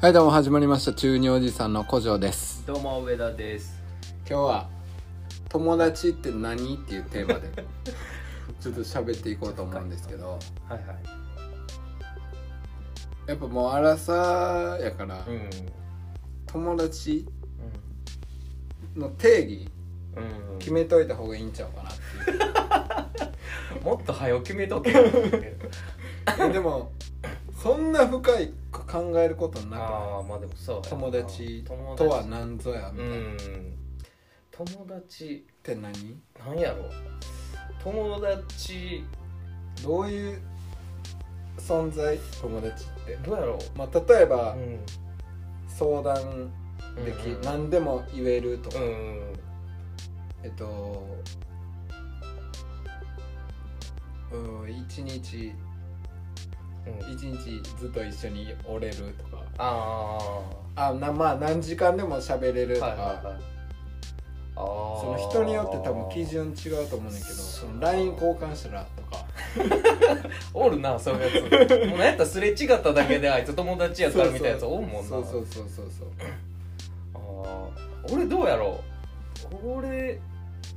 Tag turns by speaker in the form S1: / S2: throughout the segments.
S1: はいどうも始まりました中二おじさんの古城です
S2: どうも上田です
S1: 今日は「友達って何?」っていうテーマ でちょっと喋っていこうと思うんですけど
S2: はいはい
S1: やっぱもう荒さやから、
S2: うん
S1: 友達の定義
S2: うん、うん、
S1: 決めといた方がいいんちゃうかなっ
S2: もっと早く決めとけ
S1: て いうでもそんな深いく考えることなく
S2: ああまあでもそうやな
S1: 友達
S2: 友
S1: と
S2: 達
S1: は何ぞやみ
S2: う
S1: たいな、っ
S2: ん友達
S1: て何
S2: なんやろ友達
S1: どういう存在友達って、
S2: どうやろ
S1: まあ、例えば、
S2: う、ん、
S1: 相談でき、
S2: うん
S1: 何でも言えるとか、
S2: うん
S1: えっとうん一日
S2: うん
S1: 一日ずっと一緒におれるとか
S2: ああ
S1: あなまあ何時間でも喋れる
S2: ー
S1: とか、
S2: はいはいはいああ
S1: その人によって多分基準違うと思うんだけどその LINE 交換したらとか
S2: おるなそういうや つもうなんやったらすれ違っただけであいつ友達やったらみたいなやつおるもんな
S1: そうそうそうそうそう
S2: あー俺どうやろう俺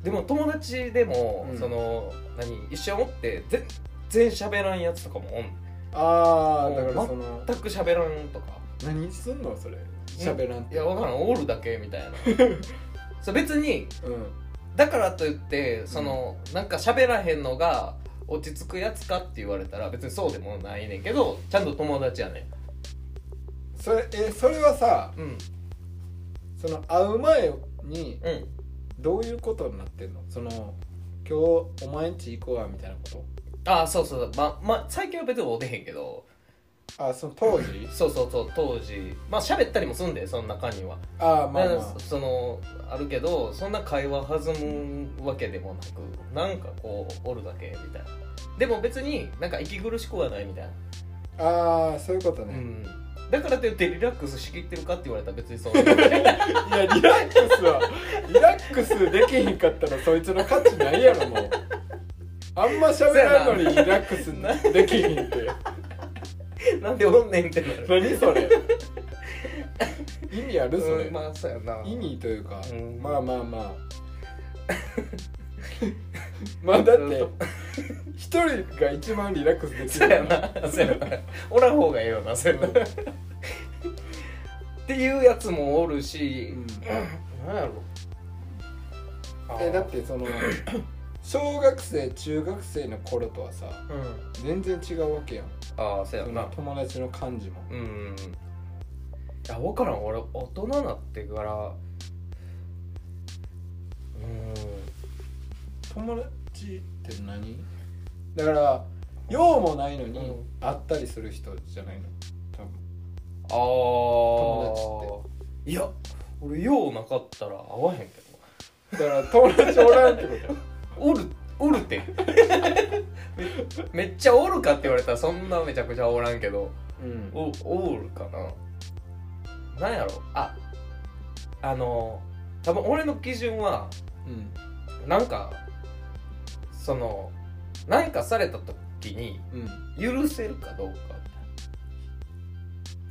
S2: でも友達でも、
S1: うん
S2: その何一緒におって全然喋らんやつとかもおん
S1: ああ
S2: もう
S1: だからその
S2: 全く喋らんとか
S1: 何すんのそれ喋らんっ
S2: い
S1: て
S2: やわからんおるだけみたいな そう別に
S1: うん
S2: だからといってその、なんか喋らへんのが落ち着くやつかって言われたら別にそうでもないねんけどちゃんと友達やね
S1: それえそれはさ
S2: んうん
S1: その会う前に
S2: うん
S1: どういうことになってんのその今日お前んち行こうわみたいなこ
S2: ああそうそうそうまま最近は別におでへんけど
S1: とあその当時
S2: そうそうそう当時まあ喋ったりもすんでその中には
S1: ああまあ
S2: だ
S1: ま
S2: か
S1: あ
S2: らそそのあるけどそんな会話弾むわけでもなくなんかこうおるだけみたいなでも別になんか息苦しくはないみたいな、
S1: ああそういうこと
S2: う
S1: ね、
S2: ん、だからといってリラックスしきってるかって言われたら別にそう い
S1: いやリラックスはリラックスできへんかったらそいつの価値ないやろもうあんま喋らんのにリラックスできへんって
S2: なんでおんねんってなる、
S1: 何それ意味あるそれ、
S2: うんまあそうやな
S1: 意味というか、
S2: うん
S1: まあまあまあ まあだって一人が一番リラックスでき
S2: そう
S1: る
S2: やなそうやなおらん方がええよなそうやなっていうやつもおるし、
S1: うん
S2: なんやろ
S1: えだってその小学生中学生の頃とはさ
S2: う
S1: 全
S2: ん
S1: 然違うわけやん
S2: ああそうや
S1: そ
S2: な
S1: の友達の感じも
S2: うんうんいや分からん俺大人なってからうん
S1: 友達って何だから用もないのに
S2: うん
S1: 会ったりする人じゃないの多分
S2: ああ友達っていや俺ようなかったら会わへんけど
S1: だから友達おらんってこと
S2: おるおるって めめっちゃおるかって言われたらそんなめちゃくちゃおらんけど
S1: うん
S2: おおるかななんやろああの多分俺の基準は
S1: うん
S2: なんかその何かされた時に
S1: うん
S2: 許せるかどうか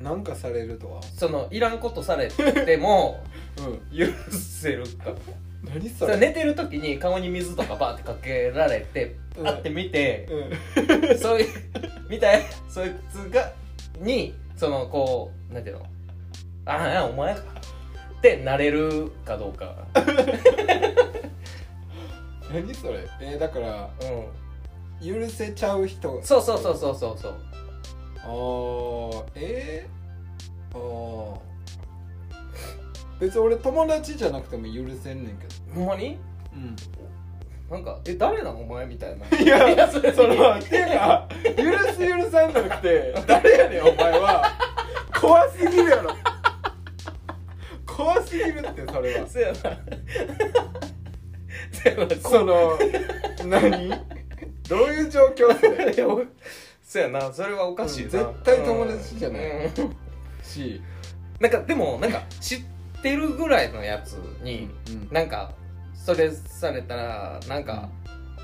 S1: なんかされるとは
S2: そのいらんことされて も
S1: うん
S2: 許せるか
S1: 何そ
S2: そ
S1: れ
S2: れ寝てる時に顔に水とかバーってかけられて
S1: うん
S2: パッて見て、
S1: うん
S2: そういう見たそいつがにそのこうなんていうのああお前かってなれるかどうか
S1: 何それえーだから
S2: うん
S1: 許せちゃう人
S2: そうそうそうそうそうそう
S1: あーえー、あー別に俺友達じゃなくても許せんねんけど、
S2: ほんまになんか「え誰なのお前」みたいな
S1: いや
S2: それ
S1: そ のっていうか許す許さんじゃなくて誰やねんお前は怖すぎるやろ怖すぎるってそれは
S2: そうやな そうやな
S1: その何どういう状況それ
S2: いやおそうやなそれはおかしいな、
S1: うん絶対友達じゃない
S2: うんうん
S1: し、
S2: なんかでもなんか知ってるぐらいのやつに、
S1: うん
S2: なんかそれされたらなんか、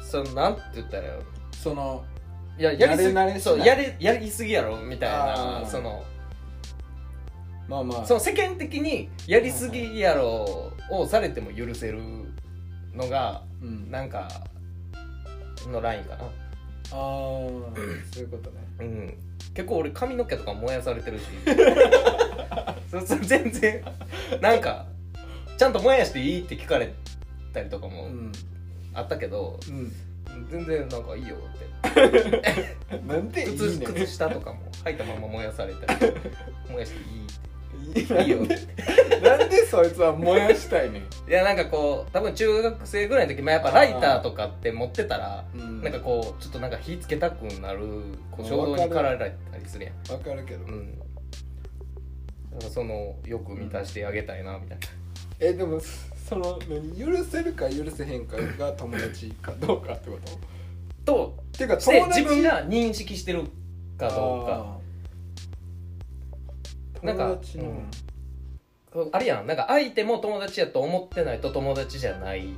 S2: そのなんて言ったらよ
S1: その
S2: いややりす
S1: 慣れ慣れしない
S2: そうやれやりすぎやろみたい
S1: あー
S2: なその
S1: まあまあ
S2: その世間的にやりすぎやろをされても許せるのが
S1: うん、あ
S2: なんかのラインかな、
S1: あーそういうことね
S2: うん、結構俺髪の毛とか燃やされて るしそそ全然なんかちゃんと燃やしていいって聞かれたりとか
S1: う
S2: も
S1: ん
S2: あったけ
S1: う
S2: ど、全然なんかいいよって
S1: んなんていいね
S2: 靴靴下とかも履いたまま燃やされた り燃やしてい
S1: い
S2: いいいよって
S1: いなんでそいつは燃やしたいねん、
S2: いやなんかこう多分中学生ぐらいの時、まあ、やっぱライターとかって持ってたら
S1: うん、
S2: なんかこうちょっとなんか火つけたくなるこう衝動に駆られたりするやん
S1: わかるけど、
S2: うんだからそのよく満たしてあげたいなみたいな、
S1: えでもその何許せるか許せへんかが友達かどうかってこと
S2: と
S1: っていうか
S2: して
S1: 友達
S2: 自分が認識してるかどうか
S1: あー
S2: なんか
S1: 友達の
S2: うんこうあれやんなんか相手も友達やと思ってないと友達じゃないっ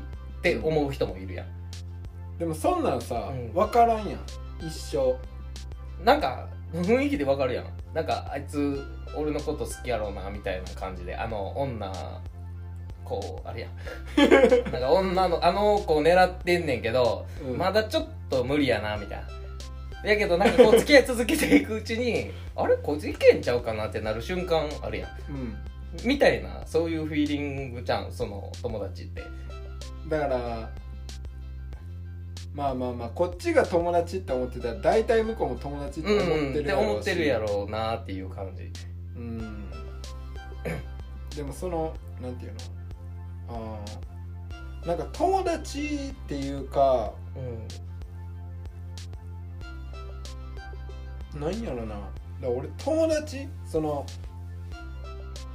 S2: て思う人もいるやん
S1: でもそんなんさ、
S2: うん
S1: 分からんやん一生
S2: なんか雰囲気でわかるやんなんかあいつ俺のこと好きやろうなみたいな感じであの女こうあれや んなんか女のあの子を狙ってんねんけど、
S1: うん
S2: まだちょっと無理やなみたいなやけどなんかこう付き合い続けていくうちに あれこいついけんちゃうかなってなる瞬間あるやん
S1: うん
S2: みたいなそういうフィーリングじゃんその友達って
S1: だからまあまあまあこっちが友達って思ってたら大体向こうも友達って
S2: うん、
S1: 思っ
S2: って
S1: る
S2: て
S1: やろうし、
S2: 思ってるやろうなっていう感じ
S1: うんでもそのなんていうのあーなんか友達っていうか
S2: うん
S1: なんやろなだから俺友達その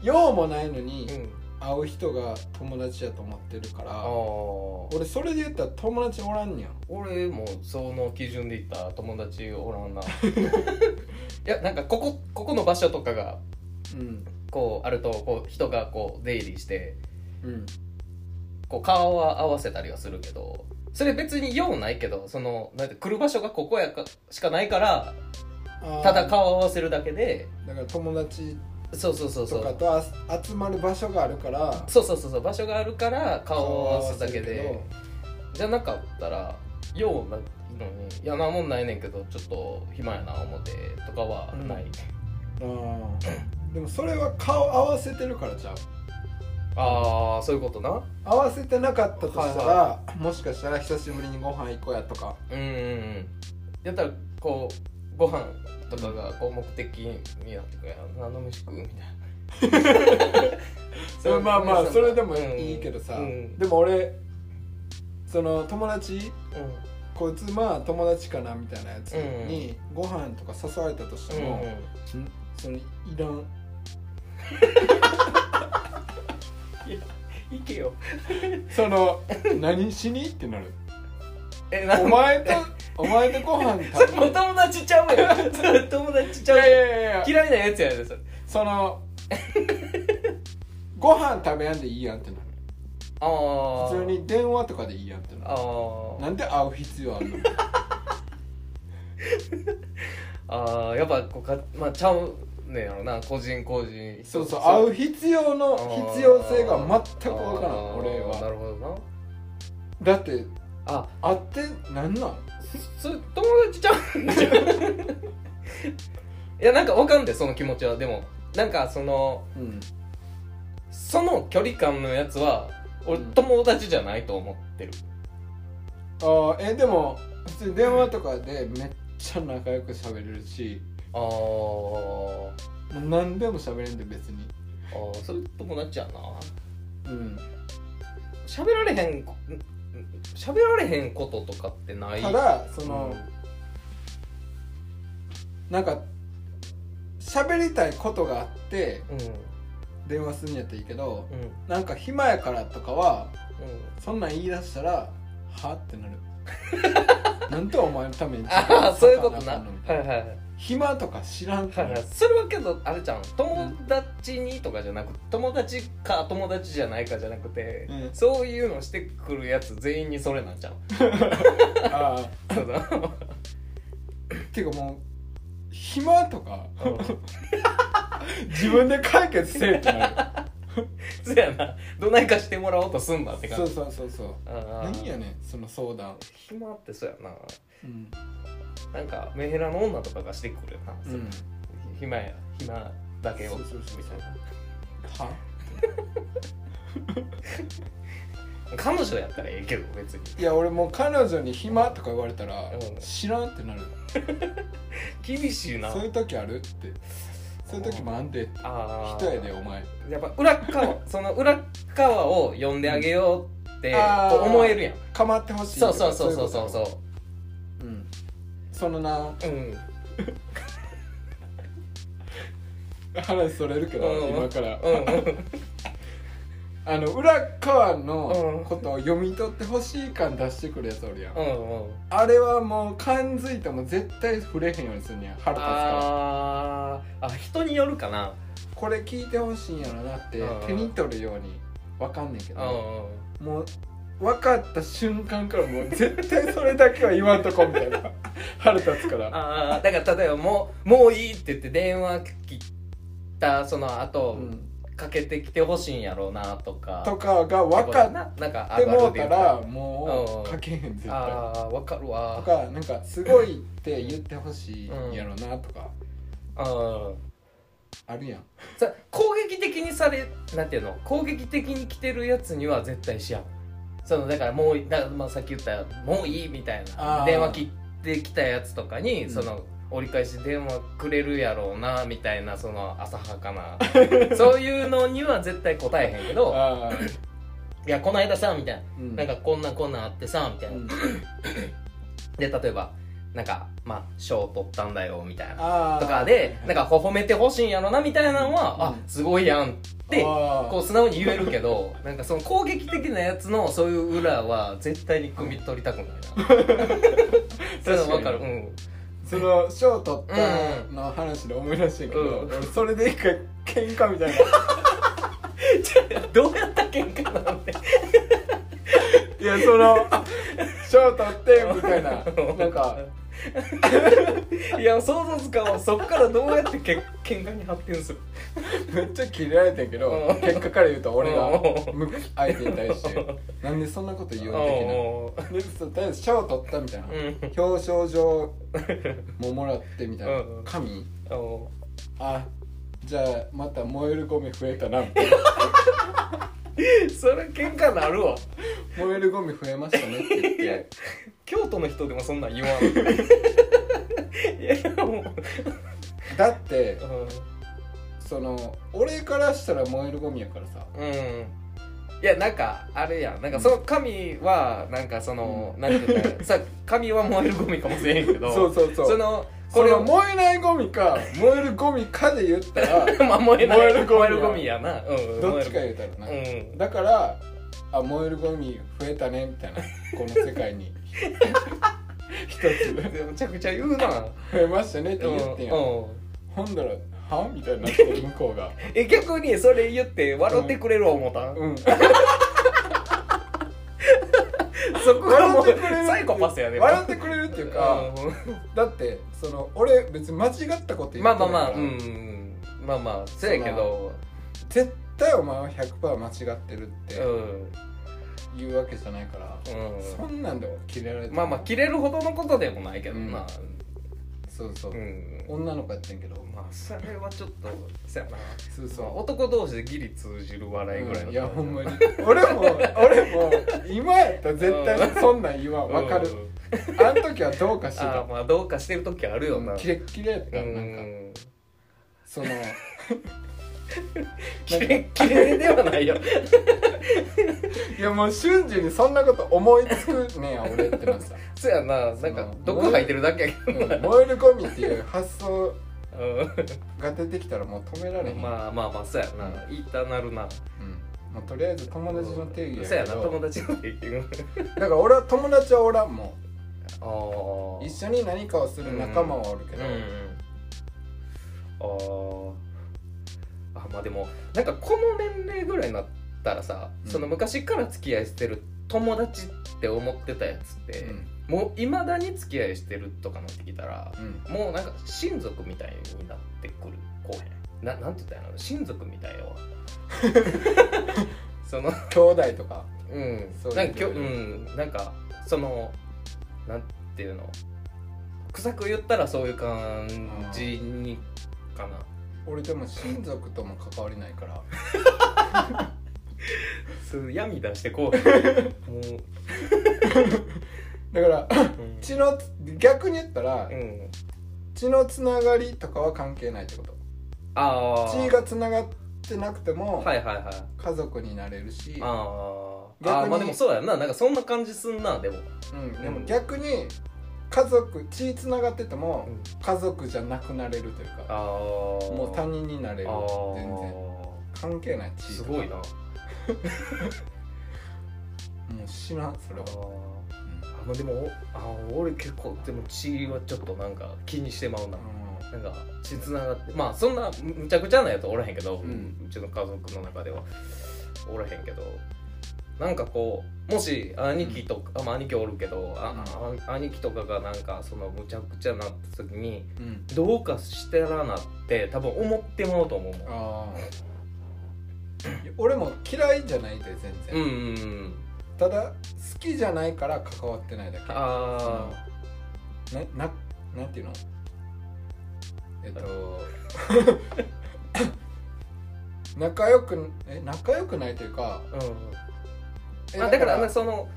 S1: 用もないのに
S2: うん
S1: 会う人が友達やと思ってるから、
S2: ああ
S1: 俺それで言ったら友達おらんねやん
S2: 俺もその基準で言ったら友達おら んないやなんかここここの場所とかが
S1: うん
S2: こうあるとこう人がこう出入りして
S1: うん
S2: こう顔は合わせたりはするけどそれ別に用ないけどそのなんて来る場所がここやかしかないから
S1: あー
S2: ただ顔合わせるだけで
S1: だから友達
S2: そうそうそうそ
S1: とか
S2: う
S1: とあ集まる場所があるから
S2: そうそうそうそう場所があるから顔を合わせるだけでじゃなかったら用ないのにいやなんもんないねんけどちょっと暇やな思ってとかはない、
S1: うんあーでもそれは顔合わせてるからちゃう
S2: ああそういうことな
S1: 合わせてなかったとしたら、
S2: は
S1: もしかしたら久しぶりにご飯行こうやとか
S2: うんうんうんやったらこうご飯とかがこう目的になってくるやん何の飯食うみたいな
S1: それまあまあ
S2: う
S1: それでもいいけどさ、
S2: うんうん
S1: でも俺その友達
S2: うん
S1: こいつまあ友達かなみたいなやつにご飯とか誘われたとしても、んそのいらん
S2: 行けよ
S1: その何しにってなる
S2: えなん
S1: お前と お前とご飯
S2: それ
S1: 食べ
S2: もう友達ちゃうやんそれ友達ち
S1: い
S2: ゃ
S1: や
S2: う
S1: い
S2: や
S1: や
S2: ん
S1: いやいや
S2: 嫌いなやつやでそれ
S1: そのご飯食べやんでいいやんってなる
S2: ああ
S1: 普通に電話とかでいいやんってな
S2: あ
S1: る
S2: ー
S1: なんで会う必要あるの
S2: あーやっぱこうかまあちゃうねやろな個人個人
S1: そうそう会
S2: う
S1: う必要の必要性が全く分からん俺
S2: な
S1: は
S2: るほどな
S1: だって
S2: あ
S1: 会ってなんなん
S2: それ友達ちゃうん じゃんいやなんかわかんでその気持ちはでもなんかその
S1: うん
S2: その距離感のやつは俺
S1: うん
S2: 友達じゃないと思ってる、
S1: あーえでも普通に電話とかでめっちゃ仲良く喋れるし
S2: あー
S1: もう何でも喋れんで別に
S2: あーそれ友達やな
S1: うん
S2: 喋られへんこん喋られへんこととかってない
S1: ただそ
S2: うん
S1: の、なんか喋りたいことがあって
S2: うんうん
S1: 電話するんやったらいいけど
S2: うん
S1: なんか暇やからとかはそんなん言い出したらはってなる なんとお前のために
S2: ああ そういうことな
S1: な
S2: はいはいはい
S1: 暇とか知らん
S2: はいはい、それはけどあれじゃん友達にとかじゃなく友達か友達じゃないかじゃなくて、
S1: うん
S2: そういうのしてくるやつ全員にそれなんじゃん
S1: ああ
S2: その
S1: ていうかもう暇とか自分で解決せえってなる
S2: そうやなどないかしてもらおうとすんなって
S1: そ
S2: 感
S1: う
S2: じ
S1: そうそうそう
S2: あ
S1: 何や
S2: ん
S1: ねんその相談、
S2: 暇ってそうやな
S1: うん
S2: なんかメンヘラの女とかがしてくるよな、
S1: う
S2: それ
S1: ん、
S2: 暇や暇だけ
S1: そ
S2: を
S1: うそうそうそうは
S2: 彼女やったらええけど別に
S1: いや俺もう彼女に「暇」とか言われたら
S2: うん
S1: 知らんってなる
S2: 厳しいな
S1: そういう時あるってそういう時もあんで
S2: あー
S1: 人やでお前
S2: やっぱ裏側その裏側を読んであげようって
S1: あー
S2: こう思えるやん
S1: 構ってほしい
S2: そうそうそうそうそう
S1: う
S2: そ
S1: いうことうんそのな
S2: ううん
S1: 話それるけど、
S2: うん
S1: 今から
S2: うんうん
S1: あの裏側
S2: うん
S1: のことを読み取ってほしい感出してくるやつおるやん、
S2: うん うん
S1: あれはもう感づいても絶対触れへんようにすんねや腹立つから
S2: あーあ人によるかな
S1: これ聞いてほしいんやろなって
S2: うん
S1: 手に取るように分かんねんけ
S2: う
S1: ど
S2: んうん
S1: もう分かった瞬間からもう絶対それだけは言わんとこみたい な腹立つから
S2: ああだから例えばもう「もういい」って言って電話切ったその後、
S1: うん
S2: かけてきてほしいんやろうなとか
S1: とかが分かっ
S2: なんか
S1: ても
S2: あ
S1: うた
S2: るあるで言う
S1: らもう書けへん絶
S2: と
S1: 対
S2: ああ分かる
S1: と
S2: わ
S1: かなんか「すごい」って言ってほしいんやろなとか
S2: うん
S1: あるやん
S2: さ攻撃的にされなんていうの攻撃的に来てるやつには絶対しやんそのだからもうだからまあさっき言った「もういい」みたい
S1: あ
S2: な
S1: ー
S2: 電話切ってきたやつとかに、
S1: うん
S2: その折り返し電話くれるやろうなみたいなその浅は かなそういうのには絶対答えへんけど
S1: あー
S2: 「いやこの間さ」みたいな
S1: う
S2: 「なんかこんなこんなんあってさ」みたいな、
S1: うん
S2: で例えばなんかまあ賞取ったんだよみたいな
S1: あー
S2: とかでなんかこう褒めてほしいんやろなみたいなのは、
S1: うん
S2: あすごいやんって
S1: あー
S2: こう素直に言えるけどなんかその攻撃的なやつのそういう裏は絶対に汲み取りたくないなそういうの分か
S1: 確
S2: るう
S1: か
S2: ん
S1: その賞取ったの話で思い出してんけど、
S2: うん
S1: 俺それで一回喧嘩みたいな
S2: どうやった喧嘩なんで
S1: いやその賞取ってみたいななんか
S2: いや想像つかんわそっからどうやってけ喧嘩に発展する
S1: めっちゃ切れられてんけど、
S2: うん
S1: 結果から言うと俺が
S2: う
S1: 向く相手に対してなんでそんなこと言うん的
S2: おー
S1: なでそうとりあえず賞取ったみたいな、
S2: うん
S1: 表彰状ももらってみたいな、
S2: うん
S1: 神
S2: おー
S1: あじゃあまた燃えるゴミ増えたなみたいな
S2: それ喧嘩なるわ
S1: 燃えるゴミ増えましたねって言っ
S2: いや
S1: て
S2: 京都の人でもそんなん 言わんいやもう、
S1: だって
S2: う
S1: その俺からしたら燃えるゴミやからさ
S2: ん、うん、いやなんかあれやんなんかその神はなんかその、なんていう かさ神は燃えるゴミかもしれんけど
S1: そうそうそう
S2: の
S1: こ
S2: こ
S1: れ
S2: れ
S1: は
S2: を燃
S1: 燃えないゴミか燃えるゴミかで言ったら
S2: まあ 燃えない
S1: 燃えるゴミや
S2: 燃えるゴミやな、うん、
S1: どっちか
S2: 燃
S1: 言うたらな、
S2: えるゴミ
S1: だからあ燃えるゴミ増えたねみたいなこの世界 に一つ
S2: うんめちゃくちゃ言うな
S1: 増えましたねって言ってんや、ん、
S2: うん
S1: ほんだらはみたいになって向こうが
S2: え逆にそれ言って笑ってくれる思ったん、
S1: うん
S2: そこがもう
S1: 笑ってくれる
S2: サイコパスやね
S1: 笑ってくれるっていうか、
S2: うん
S1: だってその俺別に間違ったこと言って
S2: ま
S1: ない
S2: あまあまあ、う
S1: から
S2: ん、まあまあ、そうやけど、
S1: 絶対お前は100%間違ってるって
S2: うん、
S1: 言うわけじゃないから、そんなんで切れられ
S2: う
S1: て
S2: ん、
S1: も
S2: まあまあ、切れるほどのことでもないけどな、
S1: そうそうう、
S2: ん、
S1: 女の子やってんけど
S2: まあ、それはちょっと、そうやな、
S1: そう
S2: ま
S1: そ
S2: あ
S1: う
S2: 男同士でギリ通じる笑いぐらいの、
S1: いやほんま に俺も俺も今やったら絶対そんなん言わんわかる
S2: うん
S1: あの時はどうかして
S2: ああ、
S1: た
S2: まあ、どうかしてる時あるよな、
S1: キレッキレやった
S2: う
S1: なんか
S2: ん、
S1: そのい
S2: キレキレではないよ、
S1: やもう瞬時にそんなこと思いつくねや俺ってなってた
S2: そうやな、なんか
S1: うん
S2: 毒入ってるだけや
S1: う
S2: けど
S1: ん
S2: な、
S1: 燃えるゴミっていう発想
S2: う
S1: が出てきたらもう止められへん、
S2: ん、まあまあまあ、そうやな、言いたなるな、
S1: うんもうとりあえず友達の定義
S2: そう
S1: やけ
S2: やな、
S1: ど
S2: 友達の定義。
S1: だから俺は友達はおらんも
S2: ああ
S1: ん一緒に何かをする仲間はおるけど、
S2: うんあーあまあでもなんかこの年齢ぐらいになったらさ、
S1: うん
S2: その昔から付き合いしてる友達って思ってたやつって、
S1: うん
S2: もういまだに付き合いしてるとかなってきたら
S1: うん
S2: もうなんか親族みたいになってくるこうへんななんて言ったらいいの親族みた いよその
S1: 兄弟とか
S2: うん
S1: そういう
S2: なんかきょ、
S1: レ
S2: う
S1: ベル
S2: ん、なんかそのなんていうの臭く言ったらそういう感じにかな
S1: 俺でも親族とも関わりないから
S2: す闇出してこう もう
S1: だから
S2: うん
S1: 血の逆に言ったら
S2: うん
S1: 血のつながりとかは関係ないってこと
S2: ああ
S1: 血がつながってなくても
S2: はいはいはい
S1: 家族になれるし、
S2: あー
S1: 逆
S2: あー
S1: に
S2: まあでもそうやななんかそんな感じすんなでも
S1: うん、でも逆に家族血つながってても
S2: うん
S1: 家族じゃなくなれるというか
S2: ああ
S1: もう他人になれる
S2: あ
S1: 全然関係ない血
S2: すごいな
S1: もう知らんそれは、
S2: あ
S1: うんうん
S2: ーあまあでもあー俺結構でも血はちょっとなんか気にしてまうななんか血つながってまあそんなむむちゃくちゃなやつおらへんけど、う
S1: うん
S2: ちの家族の中ではおらへんけどなんかこうもし兄貴とか、あまあ兄貴おるけどあ、あ兄貴とかがなんかそのむちゃくちゃなった時に
S1: うん
S2: どうかしてらなって多分思ってまうと思うもん
S1: あーいや俺も嫌いじゃないで全然、
S2: うんうんうん
S1: ただ好きじゃないから関わってないだけ
S2: あ
S1: なななんていうのえっ と仲良くえ仲良くないというか
S2: あうん
S1: え
S2: あだからなんかその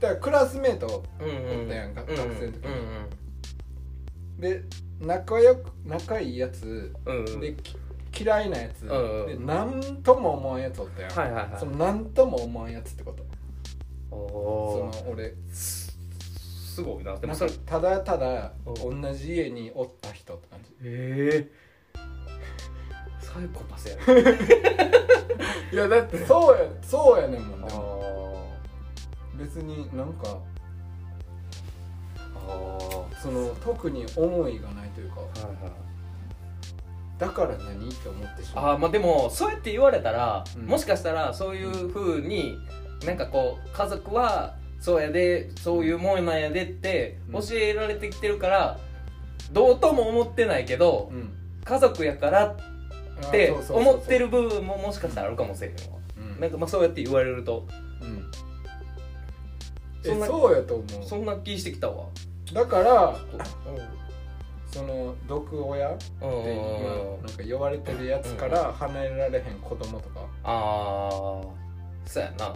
S1: だからクラスメート
S2: うんうん
S1: おったやんか
S2: う
S1: 学生の時
S2: う
S1: で仲良く仲いいやつ
S2: んうんうんうん
S1: でき嫌いなやつ、
S2: うん
S1: で何とも思わんやつおったやん、
S2: はいはいはい
S1: その何とも思わんやつってこと
S2: おー
S1: その俺
S2: すすごいなで
S1: な
S2: も
S1: ん
S2: そ
S1: か
S2: れ
S1: ただただ
S2: う
S1: 同じ家におった人って感じ
S2: ええサイコパスやね
S1: いやだってそうやそうやねんもん
S2: あ
S1: でも別になんか
S2: あは
S1: その特に思いがないというか
S2: いはい
S1: だから何って思ってしまう
S2: あーまあでもそうやって言われたら、
S1: うん
S2: もしかしたらそういうふうになんかこう家族はそうやでそういうもんなんやでって
S1: うん
S2: 教えられてきてるから、どうとも思ってないけど、
S1: うん
S2: 家族やからっ
S1: あ
S2: て
S1: そうそうそうそう
S2: 思ってる部分ももしかしたらあるかもしれへんわ、
S1: うん
S2: なんかまあそうやって言われると
S1: うんえ
S2: そんな
S1: そうやと思
S2: そんな気してきたわ
S1: うだから
S2: ちょっとうん
S1: その毒親って
S2: うんうんうん
S1: 今なんか呼ばれてるやつから離れられへん子供とか、
S2: ああそうやな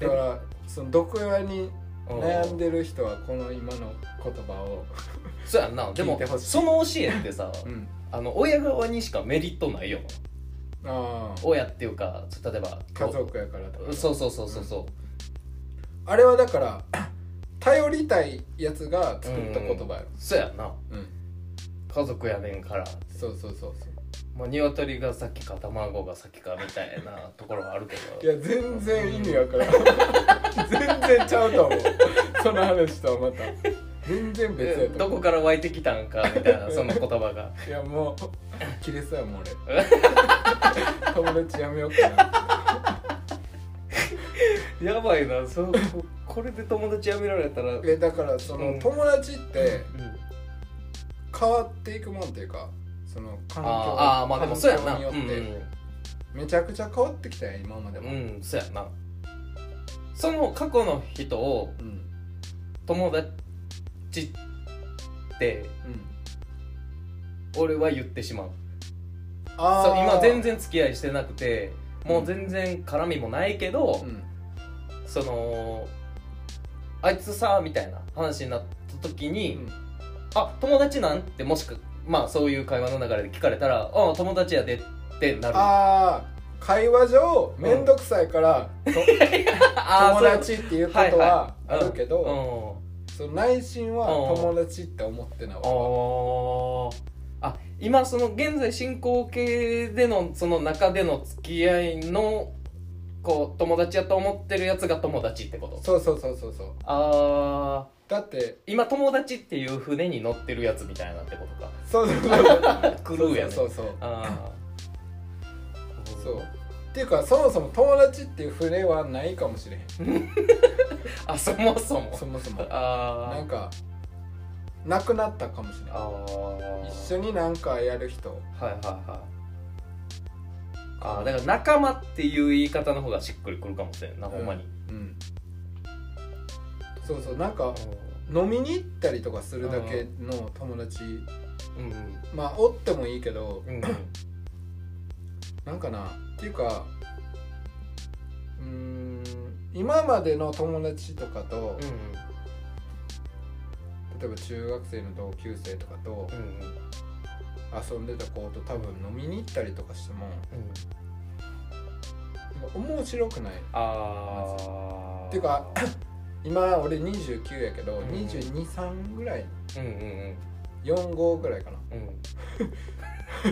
S1: だからその毒親に
S2: うん
S1: 悩んでる人はこの今の言葉を、
S2: そうやんなで
S1: 聞い
S2: も
S1: てほしい
S2: その教えってさ
S1: ん、
S2: あの親側にしかメリットないよ
S1: ああ
S2: 親っていうか例えば
S1: 家族やからとか
S2: そうそうそうそうそ
S1: あれはだから 頼りたいやつが
S2: う
S1: 作った言葉や
S2: うんそうやんな
S1: ろ、うん
S2: 家族やねんから
S1: そうそうそうそ
S2: まあ鶏が先か卵が先かみたいなところはあるけ
S1: うい
S2: ど
S1: や全然意味わ からん全然ちゃうと思うその話とはまた全然別や
S2: え
S1: と
S2: ど
S1: 思
S2: こから湧いてきたんかみ たいなその言葉が
S1: ういや もう切れそうやもう 俺友達やめようかな
S2: やばいなそうここれで友達やめられたらうん
S1: えだからその、
S2: うん
S1: 友達って変わっていくもんっていうかその環境
S2: あーあーまあでもそうやんな
S1: 環境によって、めちゃくちゃ変わってきたやん今まで
S2: うん
S1: も、
S2: うん、うん、そうやなその過去の人を
S1: うん
S2: 友達って俺は言ってしまう
S1: あ
S2: そう
S1: ー
S2: 今全、然付き合いしてなくてもう全然絡みもないけど、
S1: うん
S2: そのあいつさみたいな話になった時に「
S1: うん
S2: あ友達なん?」ってもしくまあそういう会話の流れで聞かれたら「あ友達やで」ってなる
S1: あー会話上
S2: ん
S1: 面倒くさいから、と
S2: あー
S1: 友達っていうことは
S2: そう
S1: あ
S2: いう
S1: るけど、
S2: うんうん
S1: その内心は
S2: うん
S1: 友達って思ってないわ
S2: ああ今その現在進行形でのその中での付き合いのこう友達やと思ってるやつが友達ってこと
S1: そうそうそうそうそう
S2: ああ
S1: だって
S2: 今友達っていう船に乗ってるやつみたいなってことか
S1: そうそうそう
S2: クルーやね
S1: そうそうそう
S2: ああ
S1: そうっっていうかそもそも友達っていう触れはないかもしれへん
S2: あそもそも
S1: そもそも
S2: あ
S1: なん
S2: ー
S1: かなくなったかもしれ
S2: あ
S1: な
S2: ー
S1: い一緒になんかやる人
S2: はいはいはいあーだから仲間っていう言い方の方がしっくりくるかもしれんな、ほんまに
S1: うんそうそうなんか飲みに行ったりとかするだけの友達
S2: うん
S1: まあおってもいいけど
S2: うんうん
S1: なんかなっていうかうーん今までの友達とかと、例えば中学生の同級生とかと
S2: うんうん
S1: 遊んでた子と多分飲みに行ったりとかしても
S2: うん
S1: なんか面白くない
S2: あー
S1: っていうか今俺29やけど、
S2: うん
S1: 223ぐらい
S2: うんうんうん
S1: 45ぐらいかな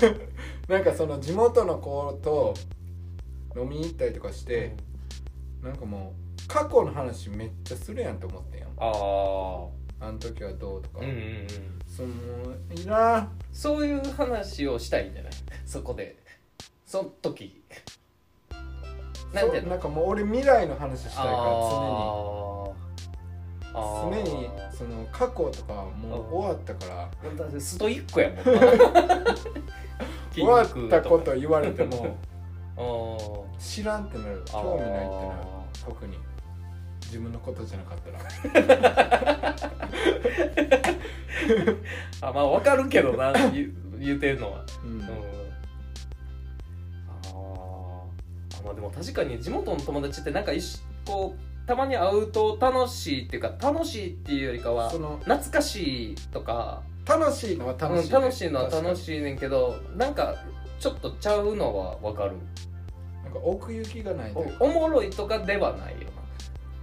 S2: うん
S1: なんかその地元の子と飲みに行ったりとかして、なんかもう過去の話めっちゃするやんと思ってんやん
S2: ああ
S1: あの時はどうとか、
S2: うんうんうん
S1: そのいいな
S2: そういう話をしたいんじゃないそこでその時なんていう
S1: そ
S2: の
S1: なんかもう俺未来の話したいから
S2: あ
S1: 常
S2: ー
S1: に常に
S2: あ
S1: その過去とかもう終わったから
S2: ーだってストイックやもん
S1: 終わったこ
S2: 筋
S1: と言われても
S2: 肉と
S1: 知らんってなる
S2: かあー
S1: 興味ないってなる特に自分のことじゃなかったら
S2: あまあわかるけどな言う言うてるのは
S1: うん
S2: うん、あーあまあでも確かに地元の友達ってなんか一緒こうたまに会うと楽しいっていうか楽しいっていうよりかは
S1: その
S2: 懐かしいとか
S1: 楽しいのは楽しい、
S2: うん楽しいのは楽
S1: い
S2: しいねんけどなんかちょっとちゃうのはわかる
S1: なんか奥行きがないというか
S2: おおもろいとかではないよ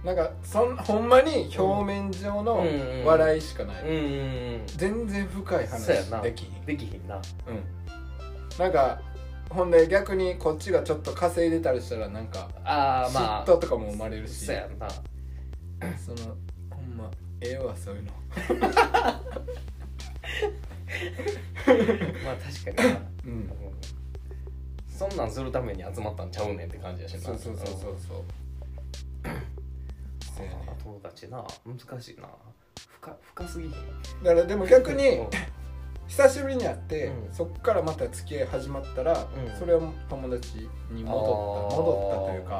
S1: なんかそんほんまに表面上
S2: な
S1: の
S2: うん
S1: 笑いしかない、
S2: うんうんうん
S1: 全然深い話
S2: そうやな
S1: できひん
S2: できひんな
S1: うん、なんかほんで逆にこっちがちょっと稼いでたりしたらなんか
S2: ああまあ
S1: 嫉妬とかも生まれるし、
S2: そ うやんな
S1: そのほんまええわそういうの
S2: まあ確かにな
S1: うん
S2: そんなんするために集まったんちゃうねんって感じやしな
S1: そうそうそうそうそうそうやね
S2: あ友達な難しいな深深すぎひん
S1: だからでも逆
S2: う
S1: に
S2: ん
S1: 久しぶりに会って、
S2: うん
S1: そっからまた付き合い始まったら、
S2: うん
S1: それは友達に戻った
S2: あー
S1: 戻ったというか、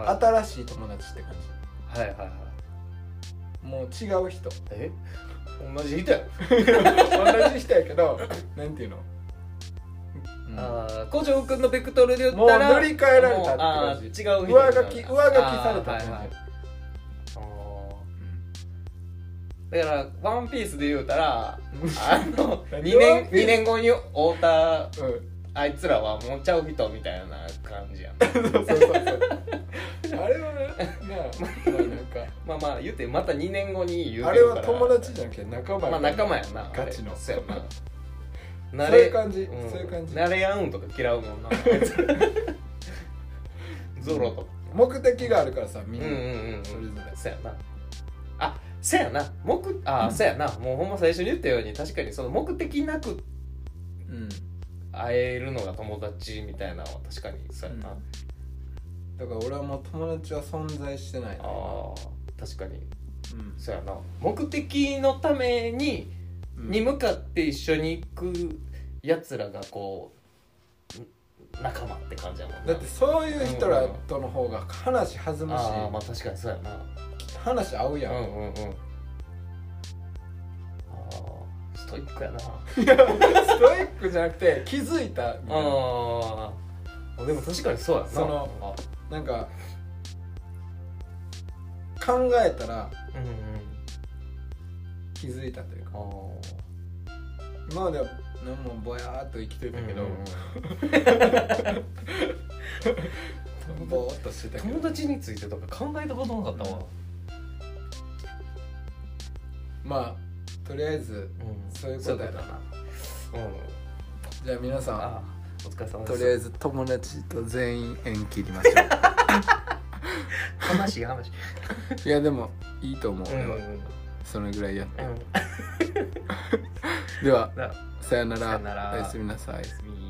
S2: はい、は
S1: 新しい友達って感じ
S2: いはいはい
S1: もう違う 人
S2: え同じ人やろ、
S1: 同じ人やけどなんていうの、うん
S2: ああ古城君のベクトルで言
S1: も
S2: っ
S1: う
S2: たら
S1: 塗り替えられたって
S2: もうあ
S1: 感
S2: ー
S1: じ
S2: 違う人
S1: 上書き上書きされた
S2: あ
S1: 感
S2: ー
S1: じ、
S2: はいはいあーだから「ワンピースで言うたらあの 2,
S1: ワン
S2: 年
S1: ピース
S2: 二年後に会うた
S1: うんうん
S2: あいつらはもうちゃう人みたいな感じやん
S1: そうそうそう そうあれはなななんか
S2: まあまあ言うてまた2年後に言う
S1: あ
S2: て
S1: れ
S2: るから
S1: は友達じゃなくて仲間
S2: まあ仲間やな
S1: ガチの
S2: あれそうやな
S1: そう
S2: 慣
S1: いう
S2: れ
S1: 感じ、
S2: うん
S1: そういう感じ
S2: 慣れ合うんとか嫌うも んなゾロとか
S1: 目的があるからさ
S2: う
S1: み
S2: ん
S1: ん
S2: う
S1: なん
S2: うん
S1: それぞれ
S2: そうやなあそうやな目あそうやなもうほんま最初に言ったように確かにその目的なく
S1: うん
S2: 会えるのが友達みたいなのは確かにそうやな、
S1: う
S2: あ
S1: んだから俺はもう友達は存在してないね
S2: あー確かに
S1: うん
S2: そうやな目的のために
S1: うん
S2: に向かって一緒に行くやつらがこうん仲間って感じやもんな
S1: だってそういう人らとの方が話弾むし、
S2: ああまあ確かにそうやな
S1: 話合うやん、
S2: うんうんうんああストイックやな
S1: ストイックじゃなくて気づいたみたいな
S2: ああでも確かにそうやな
S1: そのなんか考えたら
S2: あうんうん
S1: 気づいたというか
S2: あ
S1: 今までは何もぼやーっと生きてた
S2: だ
S1: け
S2: け
S1: ど
S2: ど、
S1: ぼーっとしてたけ
S2: 友
S1: ど
S2: 達についてとか考えたことなかったわ
S1: まあとりあえず
S2: うん
S1: そういうことやな
S2: そういうことやなうん
S1: じゃあ皆さ
S2: ああお疲れ様
S1: ん
S2: で
S1: と
S2: す
S1: りあえず友達と全員縁切りましょ う
S2: 悲しい話
S1: いやでもいいと思う、
S2: う
S1: 俺
S2: んう
S1: は
S2: ん うん
S1: そのぐらいやって
S2: うん
S1: では
S2: だ
S1: さよなら
S2: さよなら
S1: おやすみなさい
S2: おやすみ